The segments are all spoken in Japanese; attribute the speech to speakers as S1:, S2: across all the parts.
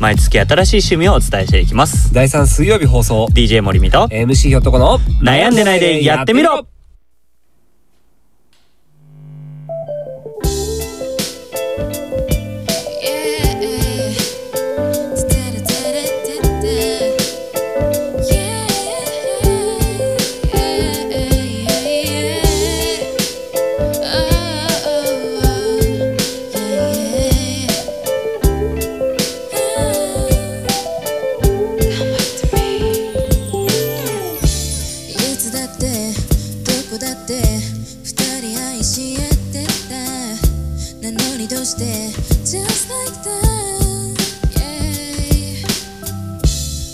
S1: 毎月新しい趣味をお伝えしていきます
S2: 第3水曜日放送
S1: DJ 森美と
S2: MC ひょっとこの
S1: 悩んでないでやってみろ
S3: いつだってどこだって二人愛し合ってたなのにどうして Just like that、yeah.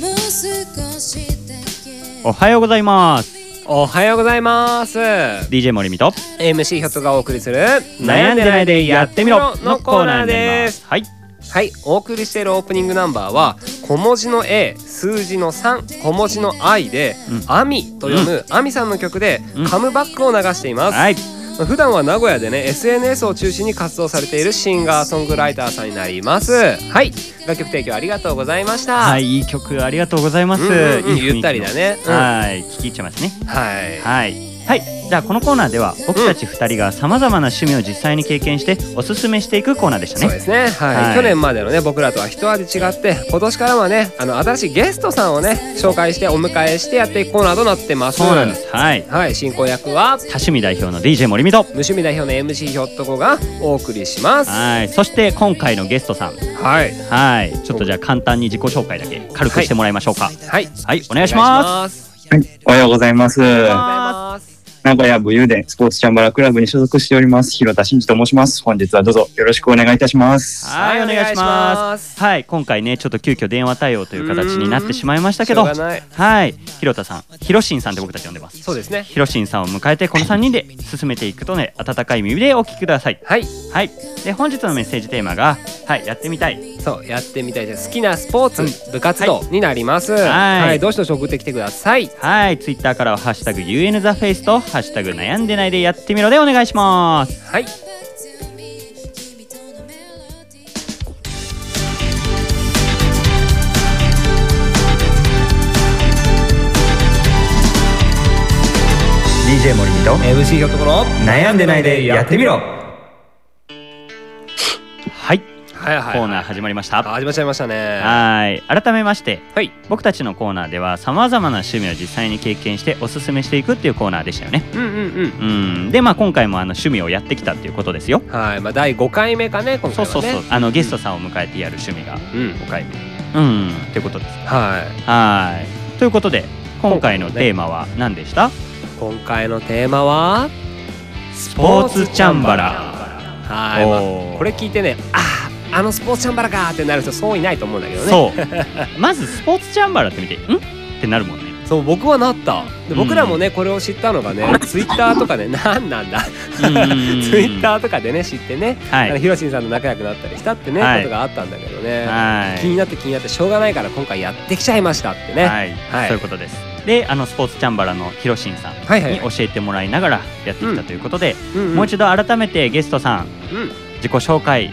S3: もう少しだけ
S1: おはようございます
S2: おはようございます
S1: DJ 森美と
S2: MC ひょっとがお送りする
S1: 悩んでないでやってみろ
S2: のコーナーです
S1: はい
S2: はいお送りしているオープニングナンバーは小文字の A 数字の3小文字の I で
S1: うん
S2: 「アミ」と読むアミさんの曲で
S1: うん
S2: カムバックを流しています、
S1: はい
S2: まあ普段は名古屋でね SNS を中心に活動されているシンガーソングライターさんになりますはい楽曲提供ありがとうございました、
S1: はいいいい曲ありがとうございます
S2: うんうんうん
S1: いい雰囲気の
S2: ゆったりだねうん
S1: はい聞き入っちゃいますね
S2: はい
S1: はい。はい。じゃあこのコーナーでは僕たち2人がさまざまな趣味を実際に経験しておすすめしていくコーナーでした
S2: そう
S1: ね
S2: で。すね、はい
S1: はい
S2: 去年までのね僕らとは一味違って今年からはねあの新しいゲストさんをね紹介してお迎えしてやっていくコーナーとなってます
S1: そうなんです。はい。
S2: はい進行役は
S1: 多趣味代表の DJ 森美と。
S2: 無趣味代表の MC ひょっとこがお送りしますは
S1: はい。そして今回のゲストさん。
S2: い
S1: はい。ちょっとじゃあ簡単に自己紹介だけ軽くしてもらいましょうか。はい。
S2: はい
S1: お願いします。
S2: す
S4: はい、おはようございます。
S2: お
S4: 名
S2: はようございます
S4: 古屋武勇伝スポーツチャンバラクラブに所属しております、広田真二と申します。本日はどうぞよろしくお願いいたします。
S1: はい、お
S2: はい
S1: 願いしま。
S2: お願いしますす
S1: はい、今回ね、ちょっと急遽電話対応という形になってしまいましたけ
S2: しょ
S1: ど、
S2: うがない
S1: はい、広田さん、ひろしんさんって僕たち呼んでます。
S2: そうですね
S1: ひろしんさんを迎えてこの3人で進めていくとね温かい耳でお聞きください
S2: はい
S1: はいで本日のメッセージテーマがはいやってみたい
S2: そうやってみたいです好きなスポーツ、部活動になりますはいい、どうしどし送ってきてください
S1: はいツイッターからは「ハッシュタグ #UN the face」と「ハッシュタグ悩んでないでやってみろ」でお願いします
S2: はい
S3: Back to me 君とのメロディー
S1: と
S2: MC ひょっとこの
S1: 悩んでないでやってみろはい
S2: はいはい
S1: コーナー始まりました
S2: あ始まっちゃいましたね
S1: はい改めまして
S2: はい
S1: 僕たちのコーナーではさまざまな趣味を実際に経験しておすすめしていくっていうコーナーでしたよね
S2: うんうん
S1: うんでまあ今回もあの趣味をやってきたっていうことですよ
S2: うんはいまあ第5回目かね今
S1: そ
S2: 回はね
S1: うそうそう、あのゲストさんを迎えてやる趣味が
S2: うん
S1: 5回目。うん、ってことです。
S2: はい
S1: はーい。ということで、今回のテーマは何でした、
S2: 今回のテーマは
S1: ス
S2: ポーツチャンバラはい、ま
S1: おー
S2: あ、これ聞いてねあーあのスポーツチャンバラかーってなる人そういないと思うんだけどね
S1: そう。まずスポーツチャンバラって見て、んってなるもんね。
S2: そう僕はなった
S1: う
S2: で
S1: ん
S2: 僕らもねこれを知ったのがねツイッターとかねなんなんだ
S1: うんうんうん
S2: ツイッターとかでね知ってね、
S1: は
S2: あの
S1: い。
S2: ヒロシンさんと仲良くなったりしたってね、
S1: はい
S2: ことがあったんだけどね、
S1: はい
S2: 気になって気になってしょうがないから今回やってきちゃいましたってね、はい、
S1: はい、そういうことです。で、あのスポーツチャンバラのヒロシンさん
S2: はいはい
S1: に教えてもらいながらやってきたということで、
S2: うん
S1: もう一度改めてゲストさん
S2: 度、うん
S1: 自己紹介、
S4: はい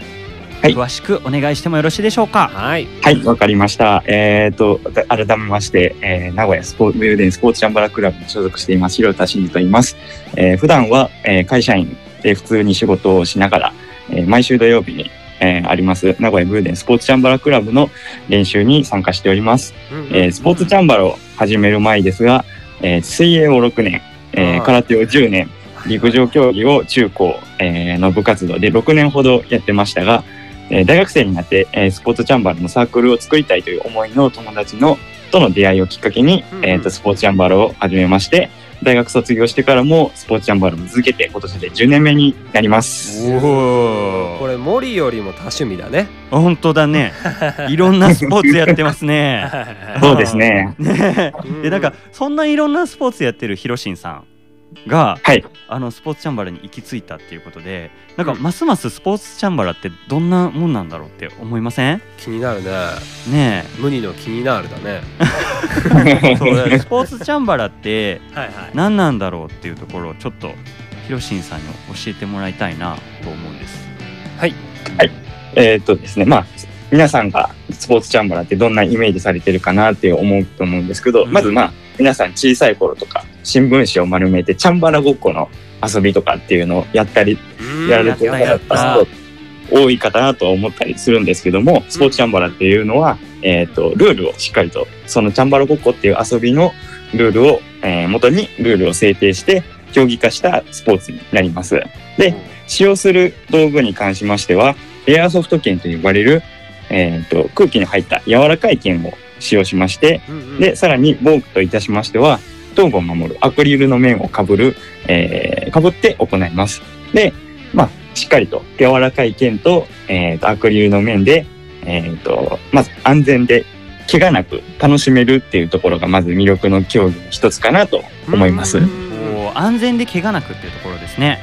S1: 詳しくお願いしてもよろしいでしょうか。
S2: はい
S4: はい、わかりました。えっ、と、改めまして、えー名古屋スポーツ、武勇伝スポーツチャンバラクラブに所属しています、広田真二と言います。えー普段は、えー会社員で普通に仕事をしながら、えー毎週土曜日に、えーあります、名古屋武勇伝スポーツチャンバラクラブの練習に参加しております。
S2: うん
S4: えースポーツチャンバラを始める前ですが、えー水泳を6年、え
S2: あ
S4: ー
S2: ー
S4: 空手を10年陸上競技を中高、えーの部活動で6年ほどやってましたが、えー大学生になって、えースポーツチャンバラのサークルを作りたいという思いの友達のとの出会いをきっかけに、
S2: うんうん
S4: えーとスポーツチャンバラを始めまして大学卒業してからもスポーツチャンバラを続けて今年で10年目になります。
S1: お
S2: これ森よりも多趣味だね
S1: 本当だねいろんなスポーツやってますね
S4: そうですね。
S1: ね
S2: うん
S1: でなんかそんないろんなスポーツやってるひろしんさんが、
S4: はい
S1: あのスポーツチャンバラに行き着いたっていうことでなんか
S2: うん
S1: ますますスポーツチャンバラってどんなもんなんだろうって思いません
S2: 気になるね
S1: ね
S2: 無二の気になるだね
S1: えそうだからスポーツチャンバラって
S2: はいはい
S1: 何なんだろうっていうところをちょっとひろしんさんに教えてもらいたいなと思うんです。
S4: えーっとですね、まあ、皆さんがスポーツチャンバラってどんなイメージされてるかなって思うと思うんですけど、
S2: うん
S4: まずまあ皆さん小さい頃とか新聞紙を丸めてチャンバラごっこの遊びとかっていうのをやったり
S2: うん
S4: やられてる方
S2: や
S4: だ
S2: っ
S4: ったた
S2: や
S4: ら
S2: っ
S4: すごい多いかなとは思ったりするんですけども、スポーツチャンバラっていうのは、えっ、と、ルールをしっかりと、そのチャンバラごっこっていう遊びのルールを、えー元にルールを制定して、競技化したスポーツになります。
S2: た
S4: で使用する道具に関しましては、エアソフト剣と呼ばれる、えー、と空気の入った柔らかい剣を使用しまして、
S2: うんうん
S4: で、さらに防具といたしましては、頭部を守るアクリルの面をかぶる、えー、かぶって行います。で、まあ、しっかりと柔らかい剣と、えー、とアクリルの面で、えー、と、まず安全で、怪我なく楽しめるっていうところがまず魅力の競技の一つかなと思います。
S2: うん
S1: おー安全で怪我なくっていうところですね。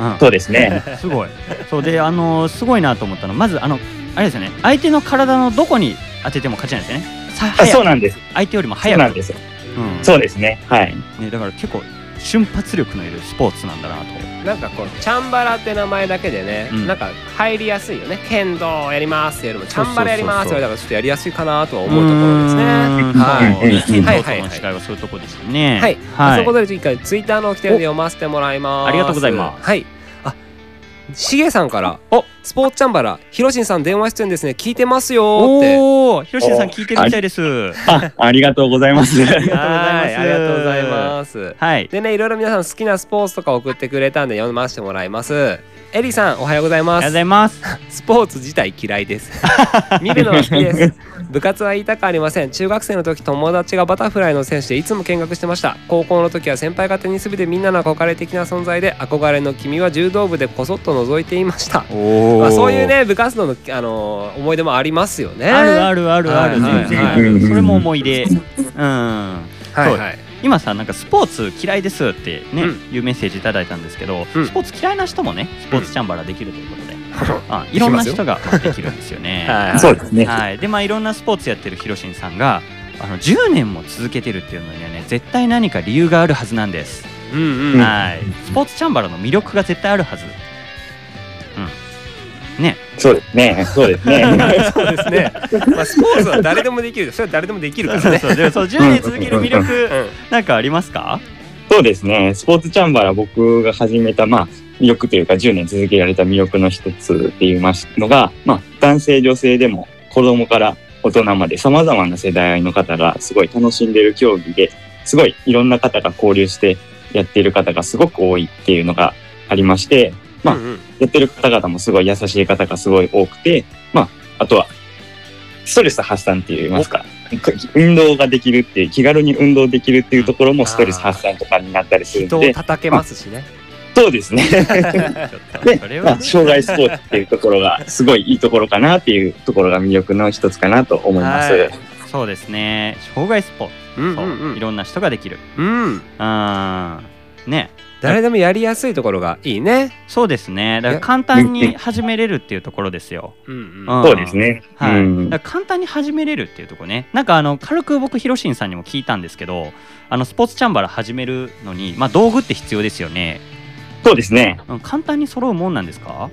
S1: うん
S4: そうですね。
S1: すごい。そうで、あのすごいなと思ったのはまずあのあれですよね。相手の体のどこに当てても勝ちなんですよね。さ
S4: あ
S1: 早
S4: そう
S1: く
S4: なんです。
S1: 相手よりも
S4: そう
S1: 早
S4: なん
S1: く
S4: です。
S1: うん
S4: そうですね。はい。
S1: ねだから結構瞬発力のいるスポーツなんだなと。
S2: なんかこのチャンバラって名前だけでね、
S1: うん
S2: なんか入りやすいよね剣道やりますよりもチャンバラやり
S1: そ
S2: ます
S1: うそうそうそう
S2: よりだからちょっとやりやすいかなとは思うところですねは
S1: はい。スポ
S4: うんうん
S2: は
S1: ー
S2: いはい
S1: ツの違いはそういうとこですよね。
S2: はい、あ
S1: は
S2: そ
S1: い
S2: こ。で一回ツイッターの起点で読ませてもらいます
S1: おありがとうございます
S2: はいあしげさんから「おスポーツチャンバラひろしんさん電話出演ですね聞いてますよ」って
S1: おお、ひろしんさん聞いてるみたいです。
S4: あ、 ありがとうございます。
S1: りがとうございます
S2: はありがとうございます
S1: はい。
S2: でねいろいろ皆さん好きなスポーツとか送ってくれたんで読ませてもらいますエリさんおはようござい
S1: あ
S2: ま
S1: りがとうご
S2: す
S1: ざいます。
S2: スポーツ自体嫌いです 見るのは好きです部活は言いたくありません中学生の時友達がバタフライの選手でいつも見学してました高校の時は先輩がテニス部でみんなの憧れ的な存在で憧れの君は柔道部でこそっと覗いていました
S1: お
S2: まあ、そういう。ね部活動の、あのー思い出もありますよね
S1: あるあるあるある。
S2: はいはい
S1: 全然
S2: はい
S1: あるそれも思い出。うん。
S2: はいはい
S1: 今さなんかスポーツ嫌いですってね、
S2: う
S1: いうメッセージいただいたんですけど、
S2: うん
S1: スポーツ嫌いな人もねスポーツチャンバラできるということで、あ
S2: よ
S1: いろんな人がまあできるんですよね。
S2: はい
S1: は
S4: そうですね。
S1: いでまあいろんなスポーツやってるひろしんさんがあの10年も続けてるっていうのにはね絶対何か理由があるはずなんです。
S2: うんうん、
S4: ん
S1: はいスポーツチャンバラの魅力が絶対あるはず。
S4: そうですね。そうで すね。
S2: そうで すね、まあ、スポーツは誰でもできるそれは誰でもできるから
S1: そう
S2: ね
S1: そうでもそう10年続ける魅力
S2: うん
S1: なんかありますか？
S4: そうですね。スポーツチャンバラ僕が始めた、まあ、魅力というか10年続けられた魅力の一つって言いますのが、まあ、男性女性でも子供から大人まで様々な世代の方がすごい楽しんでる競技で、すごいいろんな方が交流してやっている方がすごく多いっていうのがありまして、まあ
S2: うんうん
S4: やってる方々もすごい優しい方がすごい多くて、まあ、あとは、ストレス発散って言いますか、運動ができるっていう、気軽に運動できるっていうところもストレス発散とかになったりする
S2: 人
S4: ん
S2: を
S4: で、
S2: 叩けますしね
S4: そうですね。
S1: ちょっとそれ
S4: で、
S1: は
S4: まあ、障害スポーツっていうところが、すごいいいところかなっていうところが魅力の一つかなと思いま す。
S2: はい
S1: そうですね障害スポーツ、
S2: うんう
S1: そうん
S2: うん
S1: いろんな人ができる。
S2: うん、
S1: あーね
S2: 誰でもやりやすいところがいいね。
S1: そうですねだから簡単に始めれるっていうところですよ。
S2: うん
S1: うん
S4: そうですね。
S1: はい、
S4: うん
S1: だから簡単に始めれるっていうところねなんかあの軽く僕ひろしんさんにも聞いたんですけどあのスポーツチャンバラ始めるのに、まあ、道具って必要ですよね、
S4: そうですね。
S1: うん、簡単に揃うもんなんですか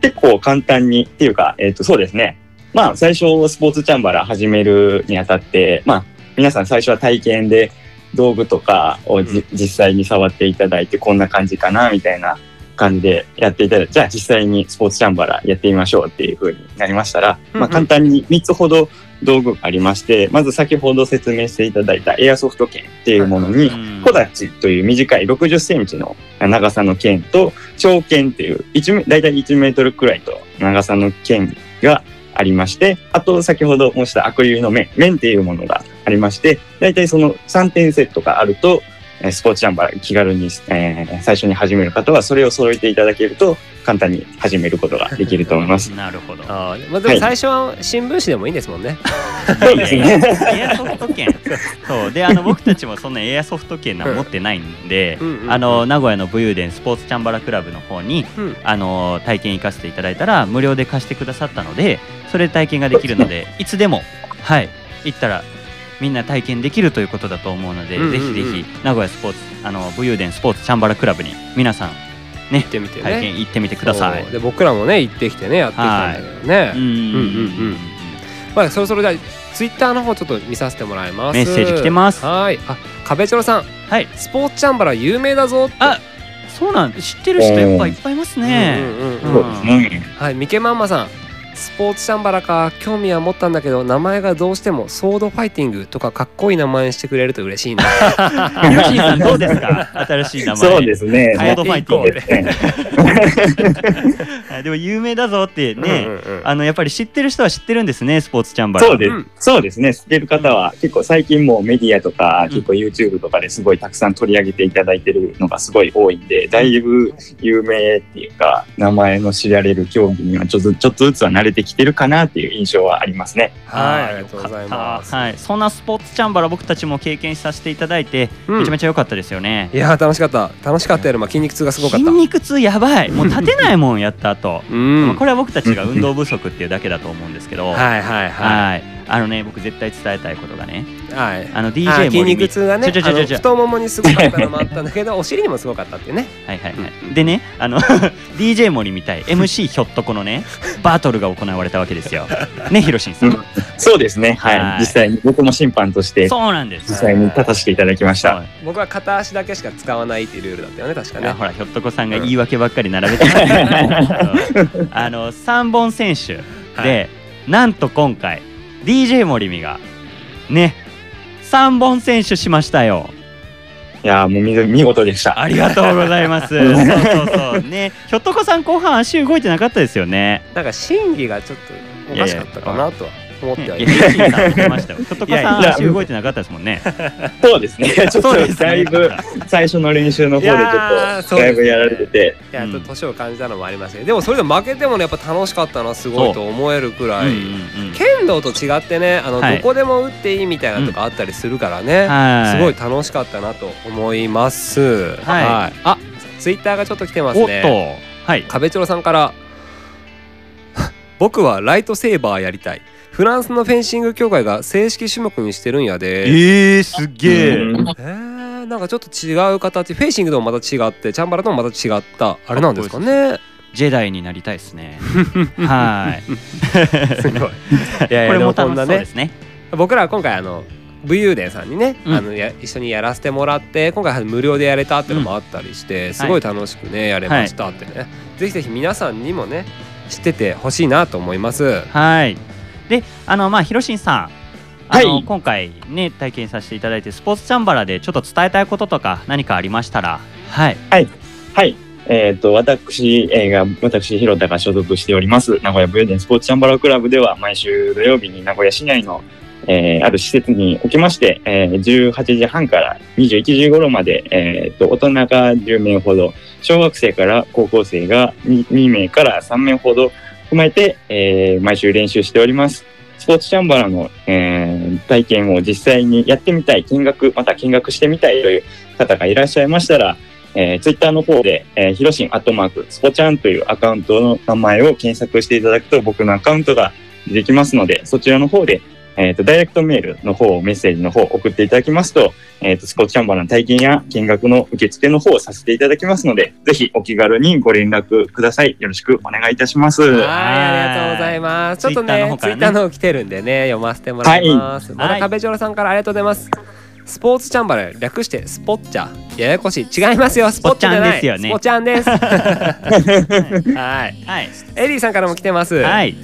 S4: 結構簡単にっていうか、えっ、と、そうですね。まあ、最初、スポーツチャンバラ始めるにあたって、まあ、皆さん最初は体験で道具とかをじ、
S2: うん
S4: 実際に触っていただいて、こんな感じかな、みたいな感じでやっていただいて、じゃあ実際にスポーツチャンバラやってみましょうっていう風になりましたら、
S2: うんうん
S4: まあ、簡単に3つほど道具がありまして、まず先ほど説明していただいたエアソフト剣っていうものに、
S1: うん
S4: 小ダチという短い60センチの長さの剣と長剣っていう1メ大体1メートルくらいと長さの剣がありましてあと先ほど申したアクリルの面面っていうものがありまして大体その3点セットがあるとえースポーツチャンバラ気軽に、えー最初に始める方はそれを揃えていただけると簡単に始めることができると思います。
S1: なるほど
S2: あーまあ、でも最初は新聞紙でもいいんですもんね。
S4: そうですね。
S1: エアソフト券そうであの僕たちもそんなエアソフト券なんか持ってないんで、
S2: うんうんうん
S1: あの名古屋の武勇伝スポーツチャンバラクラブの方に
S2: うん
S1: あの体験行かせていただいたら無料で貸してくださったのでそれで体験ができるのでいつでもはい行ったらみんな体験できるということだと思うので、
S2: うんうんうん
S1: ぜひぜひ名古屋スポーツあの武勇伝スポーツチャンバラクラブに皆さんね
S2: 行ってみてね
S1: 体験行ってみてください
S2: そうで僕らもね行ってきてねやってきたんだけどね、
S1: うんうん
S2: うんうんまあそろそろじゃあツイッターの方ちょっと見させてもらいます
S1: メッセージ来てます
S2: はーいあ壁チョロさん
S1: はい
S2: スポーツチャンバラ有名だぞって
S1: あそうなん知ってる人やっぱいっぱいいます
S2: う
S1: ね
S2: んうんうんうん
S4: そうですね。
S2: はい、みけまんまさん。スポーツチャンバラか興味は持ったんだけど名前がどうしてもソードファイティングとかかっこいい名前にしてくれると嬉しいな
S1: ヒロシンさんどうですか新しい名前
S4: そうです ね。
S1: ソードファイティング
S4: ね
S1: あでも有名だぞって
S2: うん
S1: ね
S2: うんうん
S1: あのやっぱり知ってる人は知ってるんですねスポーツチャンバラ
S4: そうです
S2: うん。
S4: そうですね。知ってる方は結構最近もうメディアとか結構 YouTube とかですごいたくさん取り上げていただいてるのがすごい多いんで、だいぶ有名っていうか、名前の知られる競技にはちょっとちょっとずつは慣れてきてるかなっていう印象はありますね。
S2: はいありがとうござい
S1: よか
S2: ま
S1: っ
S2: す、
S1: たはい、そんなスポーツチャンバラ僕たちも経験させていただいて、
S2: うん
S1: めちゃめちゃ良かったですよね
S2: いやー楽しかった楽しかったよりも筋肉痛がすごかっ
S1: 筋
S2: た
S1: 肉痛やばいもう立てないもんやった後、
S2: う
S1: まあ
S2: ん
S1: これは僕たちが運動不足っていうだけだと思うんですけど、はい
S2: はいはいは
S1: あのね僕絶対伝えたいことがね
S2: いはい
S1: あの
S2: あー
S1: DJ
S2: 筋
S1: 森美
S2: 肉痛が
S1: ち
S2: ね
S1: ょちょちょちょ
S2: あの太ももにすごかったのもあったんだけどお尻にもすごかったっていうね
S1: はいはいはい、でねあの DJ 森みたい MC ひょっとこのねバトルが行われたわけですよねひろしんさん
S4: うんそうですね。はい。
S1: はい
S4: 実際に僕も審判として
S1: そうなんです
S4: 実際に立たせていただきまし
S1: そ
S4: た。
S1: う
S2: 僕は片足だけしか使わないっていうルールだったよね確かね
S1: あほらひょっとこさんが言い訳ばっかり並べてますけどそうあの3本選手で、なんと今回 DJ 森美がね3本選手しましたよ
S4: いやーもう見見事でした。
S1: ありがとうございますそうそうそうねひょっとこさん後半足動いてなかったですよね
S2: なんか審議がちょっとおかしかったかなとは思って
S1: ね
S2: はい
S1: い
S2: る
S1: やヒロシンさんも出ましたよひょっとこ
S2: いやい
S1: さん
S4: や
S1: 足動いてなかったですもんね
S4: そうですね。ちょっ
S1: そうです
S4: と
S1: ね
S4: だいぶ最初の練習の方でちょっ
S2: やーそ
S4: と
S2: う
S4: だ
S2: で
S4: い
S2: すね
S4: ぶやられてて。
S2: いや
S1: うん
S2: ちょっと年を感じたのもありますけど、でもそれでも負けてもねやっぱ楽しかったなすごいと思えるくらい、
S1: うんうんうん
S2: 剣道と違ってねあの、
S1: はい
S2: どこでも打っていいみたいなとかあったりするからね、
S1: はい
S2: すごい楽しかったなと思いますはい、あツイッターがちょっと来てます
S1: おっ
S2: ね
S1: とはい
S2: 壁チョロさんから 「僕はライトセーバーやりたい」フランスのフェンシング協会が正式種目にしてるんやで
S1: えー、すげえ、
S4: うん
S2: えー、なんかちょっと違う形フェンシングともまた違ってチャンバラともまた違ったあれなんですかね
S1: ジェダイになりたいですねはい
S2: すごいいやいや
S1: これも
S2: でも
S1: 楽
S2: こん
S1: し
S2: な
S1: そう
S2: ね
S1: ですね
S2: 僕らは今回あの武勇伝さんにね、
S1: うん
S2: あのや一緒にやらせてもらって今回は無料でやれたっていうのもあったりして、すごい楽しくねやれましたってね、ぜひぜひ皆さんにもね知っててほしいなと思います
S1: はい。で、あのまあひろしんさん。あの
S4: はい
S1: 今回ね体験させていただいてスポーツチャンバラでちょっと伝えたいこととか何かありましたらはい
S4: はい。えっ、と、私、えーが、私、広田が所属しております、名古屋武勇伝スポーツチャンバラクラブでは、毎週土曜日に名古屋市内の、えーある施設におきまして、えー18時半から21時頃まで、えっ、と、大人が10名ほど、小学生から高校生が 2, 2名から3名ほど含めて、えー毎週練習しております。スポーツチャンバラの、えー体験を実際にやってみたい、見学、また見学してみたいという方がいらっしゃいましたら、えー、ツイッターの方で、えー、ヒロシンアットマーク、スポチャンというアカウントの名前を検索していただくと、僕のアカウントができますので、そちらの方で、えっ、と、ダイレクトメールの方、メッセージの方送っていただきますと、えっ、と、スポーツチャンバラの体験や見学の受付の方をさせていただきますので、ぜひお気軽にご連絡ください。よろしくお願いいたします。
S2: はいありがとうございますちょっとねツ
S1: Twitter の方
S2: イ
S1: からね
S2: ッターの方来てるんでね読ませてもらいます、また壁ジョロさんからありがとうございますスポーツチャンバラ略してスポッチャややこしい違いますよスポッチャじゃないス
S1: ス
S2: ポ
S1: ポ
S2: チャン ですはい
S1: はい
S2: エリーさんからも来てます、
S1: はい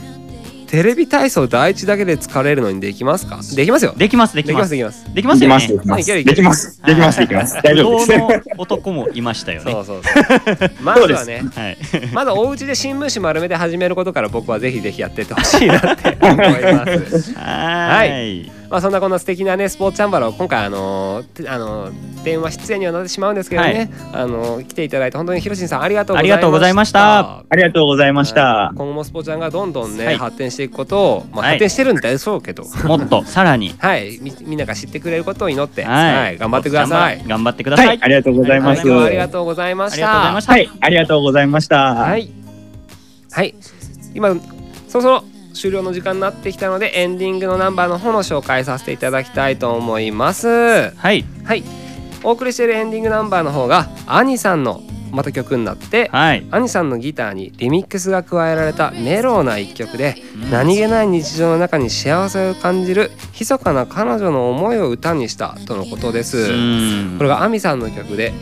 S2: テレビ体操第一だけで疲れるのにできますかできますよ
S1: できますで
S2: で
S1: きます
S2: できます
S1: でき
S4: で
S1: ます
S4: き
S1: よね
S4: ます、できます。
S2: はいいけるいける
S4: できます。できます、できます。大丈夫です。
S1: 不動の男もいましたよね
S2: そうそうそう まずはね
S1: はい
S2: まだお家で新聞紙丸めて始めることから僕はぜひぜひやってってほしいなって思い ます
S1: はいい
S2: まあそんなこんな素敵なねスポーツチャンバラを今回あのーてあのー電話出演にはなってしまうんですけどね、あのー来ていただいて本当にひろしんさんありがとう
S1: ありがとう
S2: ご
S1: ご
S2: ざ
S1: ざ
S2: い
S1: い
S2: ま
S1: ま
S2: し
S1: したた
S4: ありがとうございました
S2: はい。今後もスポーツチャンがどんどんね、
S1: はい
S2: 発展していくことを、まあ、
S1: はい
S2: 発展してるんでしょうけど、
S1: もっとさらに
S2: はい、みみんなが知ってくれることを祈って、
S1: はい
S2: はい、頑張ってください。
S1: 頑張ってくだ
S4: は
S1: さい
S4: い、ありがとうございます。
S2: どうもありが
S4: は
S2: とうございま
S1: あ
S2: し
S1: りがとうござい
S2: た
S1: ま。した
S4: い、ありがとうございました。
S2: はい。はい。今、そろそろ終了の時間になってきたので、エンディングのナンバーの方の紹介させていただきたいと思います。は
S1: はい
S2: い。お送りしているエンディングナンバーの方が、アニさんのまた曲になって、
S1: はい。
S2: アニさんのギターにリミックスが加えられたメロウな一曲で何気ない日常の中に幸せを感じる密かな彼女の思いを歌にしたとのことで
S1: う
S2: す。
S1: ん
S2: これがアミさんの曲で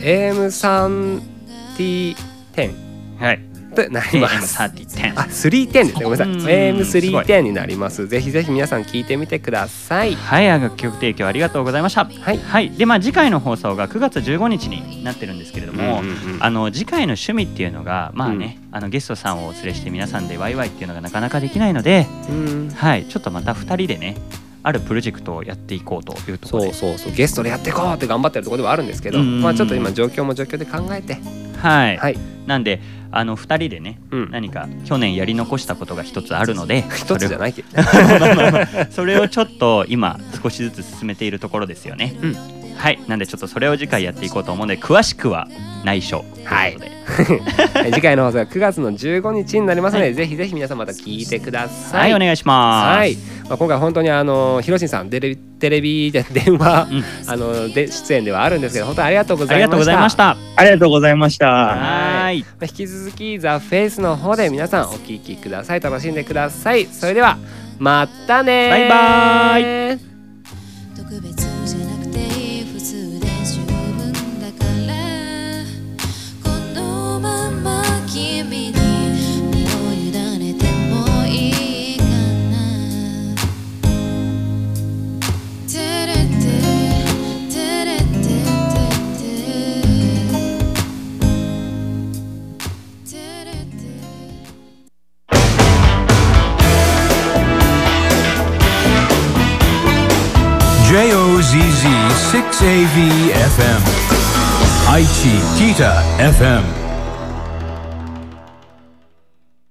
S2: AM3T10
S1: はい。
S2: となります。
S1: AM3010。
S2: あ、310ですね。ごめんなさい。
S1: うん
S2: AM310 になります。ぜひぜひ皆さん聞いてみてください。
S1: はい、楽曲提供ありがとうございました。
S2: はい
S1: はい、で、まあ、次回の放送が9月15日になってるんですけれども。
S2: うんうんうん
S1: あの次回の趣味っていうのがまあね、あのゲストさんをお連れして皆さんでワイワイっていうのがなかなかできないので、
S2: うん
S1: はい、ちょっとまた2人でねあるプロジェクトをやっていこうというところで
S2: そうそうそうゲストでやっていこうって頑張ってるところではあるんですけど、
S1: うん
S2: まあちょっと今状況も状況で考えて、
S1: はい、
S2: はい、
S1: なんであの2人でね
S2: うん、
S1: 何か去年やり残したことが一つあるので
S2: 一つじゃないけど、
S1: それをちょっと今少しずつ進めているところですよね、
S2: うん
S1: はいなんでちょっとそれを次回やっていこうと思うので詳しくは内緒ということで
S2: はい次回の放送が9月の15日になりますので、ぜひぜひ皆さんまた聞いてくださ。
S1: はいい、お願いします
S2: はい、まあ、今回本当にあのひろしんさんテレビテレビで電話、
S1: うん
S2: あので出演ではあるんですけど本当にありがとうご
S1: あ
S2: ざ
S1: り
S2: いま
S1: がと
S2: した
S1: うございました
S4: ありがとうございました。
S1: はい
S2: まあ引き続きザフェイスの方で皆さんお聞きください楽しんでくださいそれではまたねー
S1: バイバ
S3: 特別じゃなくて普通で十分だからこのまま君に身を委ねてもいいかな照れて照れて照れて照れて
S5: J O Z Z 6 A V F M. Aichi Kita F M.